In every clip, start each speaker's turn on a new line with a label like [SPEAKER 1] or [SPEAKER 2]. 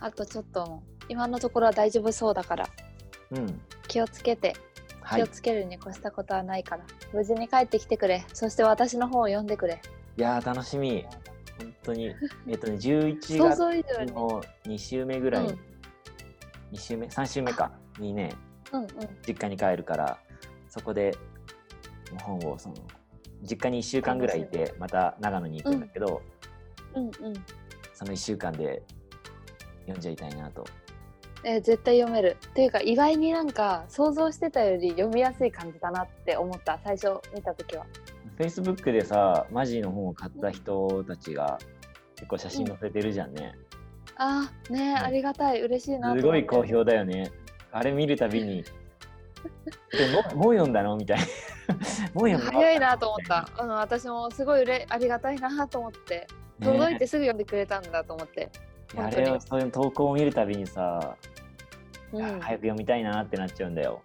[SPEAKER 1] あとちょっと今のところは大丈夫そうだから
[SPEAKER 2] うん。
[SPEAKER 1] 気をつけて
[SPEAKER 2] は
[SPEAKER 1] 気
[SPEAKER 2] い。
[SPEAKER 1] を
[SPEAKER 2] い
[SPEAKER 1] つけるに越したことはないから、無事に帰ってきてくれそして私の本を読んでくれ
[SPEAKER 2] やー、楽しみ。本当 に。えっとね、11
[SPEAKER 1] 想
[SPEAKER 2] 月
[SPEAKER 1] 像以上に
[SPEAKER 2] の2週目ぐらい、
[SPEAKER 1] うん
[SPEAKER 2] 2週目、3週目か、にね、
[SPEAKER 1] うんうん
[SPEAKER 2] 実家に帰るから、そこで本をその、実家に1週間ぐらいいて、また長野に行くんだけど、
[SPEAKER 1] うんうん
[SPEAKER 2] その1週間で読んじゃいたいなと。
[SPEAKER 1] えー絶対読めるっていうか意外になんか想像してたより読みやすい感じだなって思った最初見た時は
[SPEAKER 2] Facebook でさ、マジの本を買った人たちが結構写真載せてるじゃんね。
[SPEAKER 1] あーねえ、ありがたい嬉しいなと
[SPEAKER 2] すご
[SPEAKER 1] 思っ
[SPEAKER 2] い
[SPEAKER 1] て
[SPEAKER 2] 好評だよね。あれ見るたび に。でももう読んだのみたいな。 もう読んだ
[SPEAKER 1] 早いなと思った、うん、私もすごいうれありがたいなと思って
[SPEAKER 2] ね
[SPEAKER 1] 届いてすぐ読んでくれたんだと思って、
[SPEAKER 2] いやあ
[SPEAKER 1] 本当に
[SPEAKER 2] れをそういう投稿を見るたびにさ、
[SPEAKER 1] う
[SPEAKER 2] いや
[SPEAKER 1] ん、
[SPEAKER 2] 早く読みたいなってなっちゃうんだよ。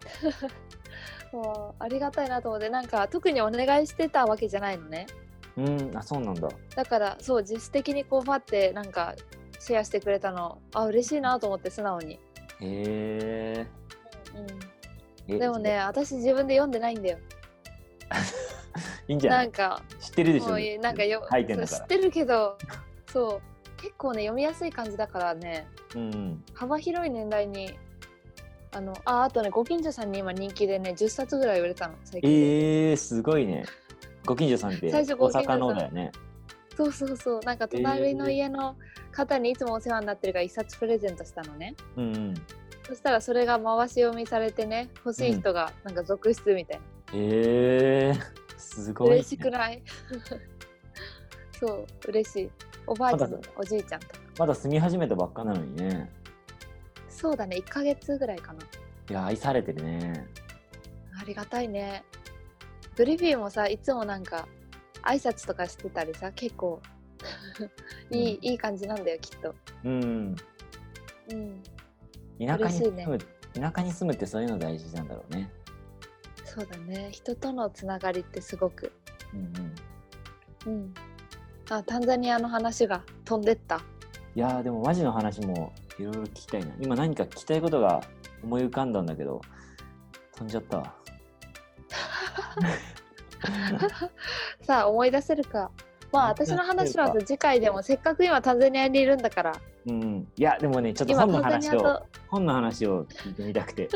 [SPEAKER 1] そうありがたいなと思ってなんか特にお願いしてたわけじゃないのね
[SPEAKER 2] うん、あ、そうなんだ。
[SPEAKER 1] だからそう自主的にこうファってなんかシェアしてくれたのあ嬉しいなと思って素直に、
[SPEAKER 2] へ
[SPEAKER 1] う
[SPEAKER 2] え。
[SPEAKER 1] ん、でもね。私自分で読んでないんだよ
[SPEAKER 2] いいんじゃな
[SPEAKER 1] ないんか
[SPEAKER 2] 知ってるでしょ
[SPEAKER 1] もういなんかよ
[SPEAKER 2] 書いてんだ
[SPEAKER 1] そう
[SPEAKER 2] か
[SPEAKER 1] 知っ
[SPEAKER 2] ら。
[SPEAKER 1] てるけどそう結構ね読みやすい感じだからね
[SPEAKER 2] うん。
[SPEAKER 1] 幅広い年代にあのああとねご近所さんに今人気でね10冊ぐらい売れたの最近で、
[SPEAKER 2] えー、すごいね。ご近所さんって
[SPEAKER 1] 最
[SPEAKER 2] 大
[SPEAKER 1] 初ご近所さ
[SPEAKER 2] 阪
[SPEAKER 1] ん
[SPEAKER 2] のだよね。
[SPEAKER 1] そうそうそうなんか隣の家の方にいつもお世話になってるから1冊プレゼントしたのね
[SPEAKER 2] うんうん。
[SPEAKER 1] そしたらそれが回し読みされてね欲しい人がなんか続出みたいな、
[SPEAKER 2] へえー、すごい、ね。
[SPEAKER 1] 嬉しくない そう嬉しいおばあちゃん
[SPEAKER 2] まだ
[SPEAKER 1] おじいちゃんとか
[SPEAKER 2] まだ住み始めたばっかなのにね。
[SPEAKER 1] そうだね1ヶ月ぐらいかない
[SPEAKER 2] や、愛されてるね。
[SPEAKER 1] ありがたいね。グリフィーもさいつもなんか挨拶とかしてたりさ結 構いい、
[SPEAKER 2] うん
[SPEAKER 1] いい感じなんだよきっと。
[SPEAKER 2] うん。
[SPEAKER 1] うん、
[SPEAKER 2] 田舎に住む、
[SPEAKER 1] 嬉
[SPEAKER 2] 田舎に住むってそういうの大事なんだろうね。
[SPEAKER 1] そうだね人とのつながりってすごく。
[SPEAKER 2] うんうん。
[SPEAKER 1] うん、あタンザニアの話が飛んでった。
[SPEAKER 2] いやーでもマジの話もいろいろ聞きたいな。今何か聞きたいことが思い浮かんだんだけど、飛んじゃったわ。
[SPEAKER 1] さあ思い出せるか。まあ
[SPEAKER 2] 思い出
[SPEAKER 1] 私
[SPEAKER 2] せる
[SPEAKER 1] の
[SPEAKER 2] か
[SPEAKER 1] 話はさ次回でもせっかく今タンザニアにいるんだから
[SPEAKER 2] うん。いや、でもね、ちょっと
[SPEAKER 1] 今
[SPEAKER 2] 本の
[SPEAKER 1] タンザニ
[SPEAKER 2] 話
[SPEAKER 1] ア
[SPEAKER 2] を、
[SPEAKER 1] と
[SPEAKER 2] 本の話を聞いてみたくて。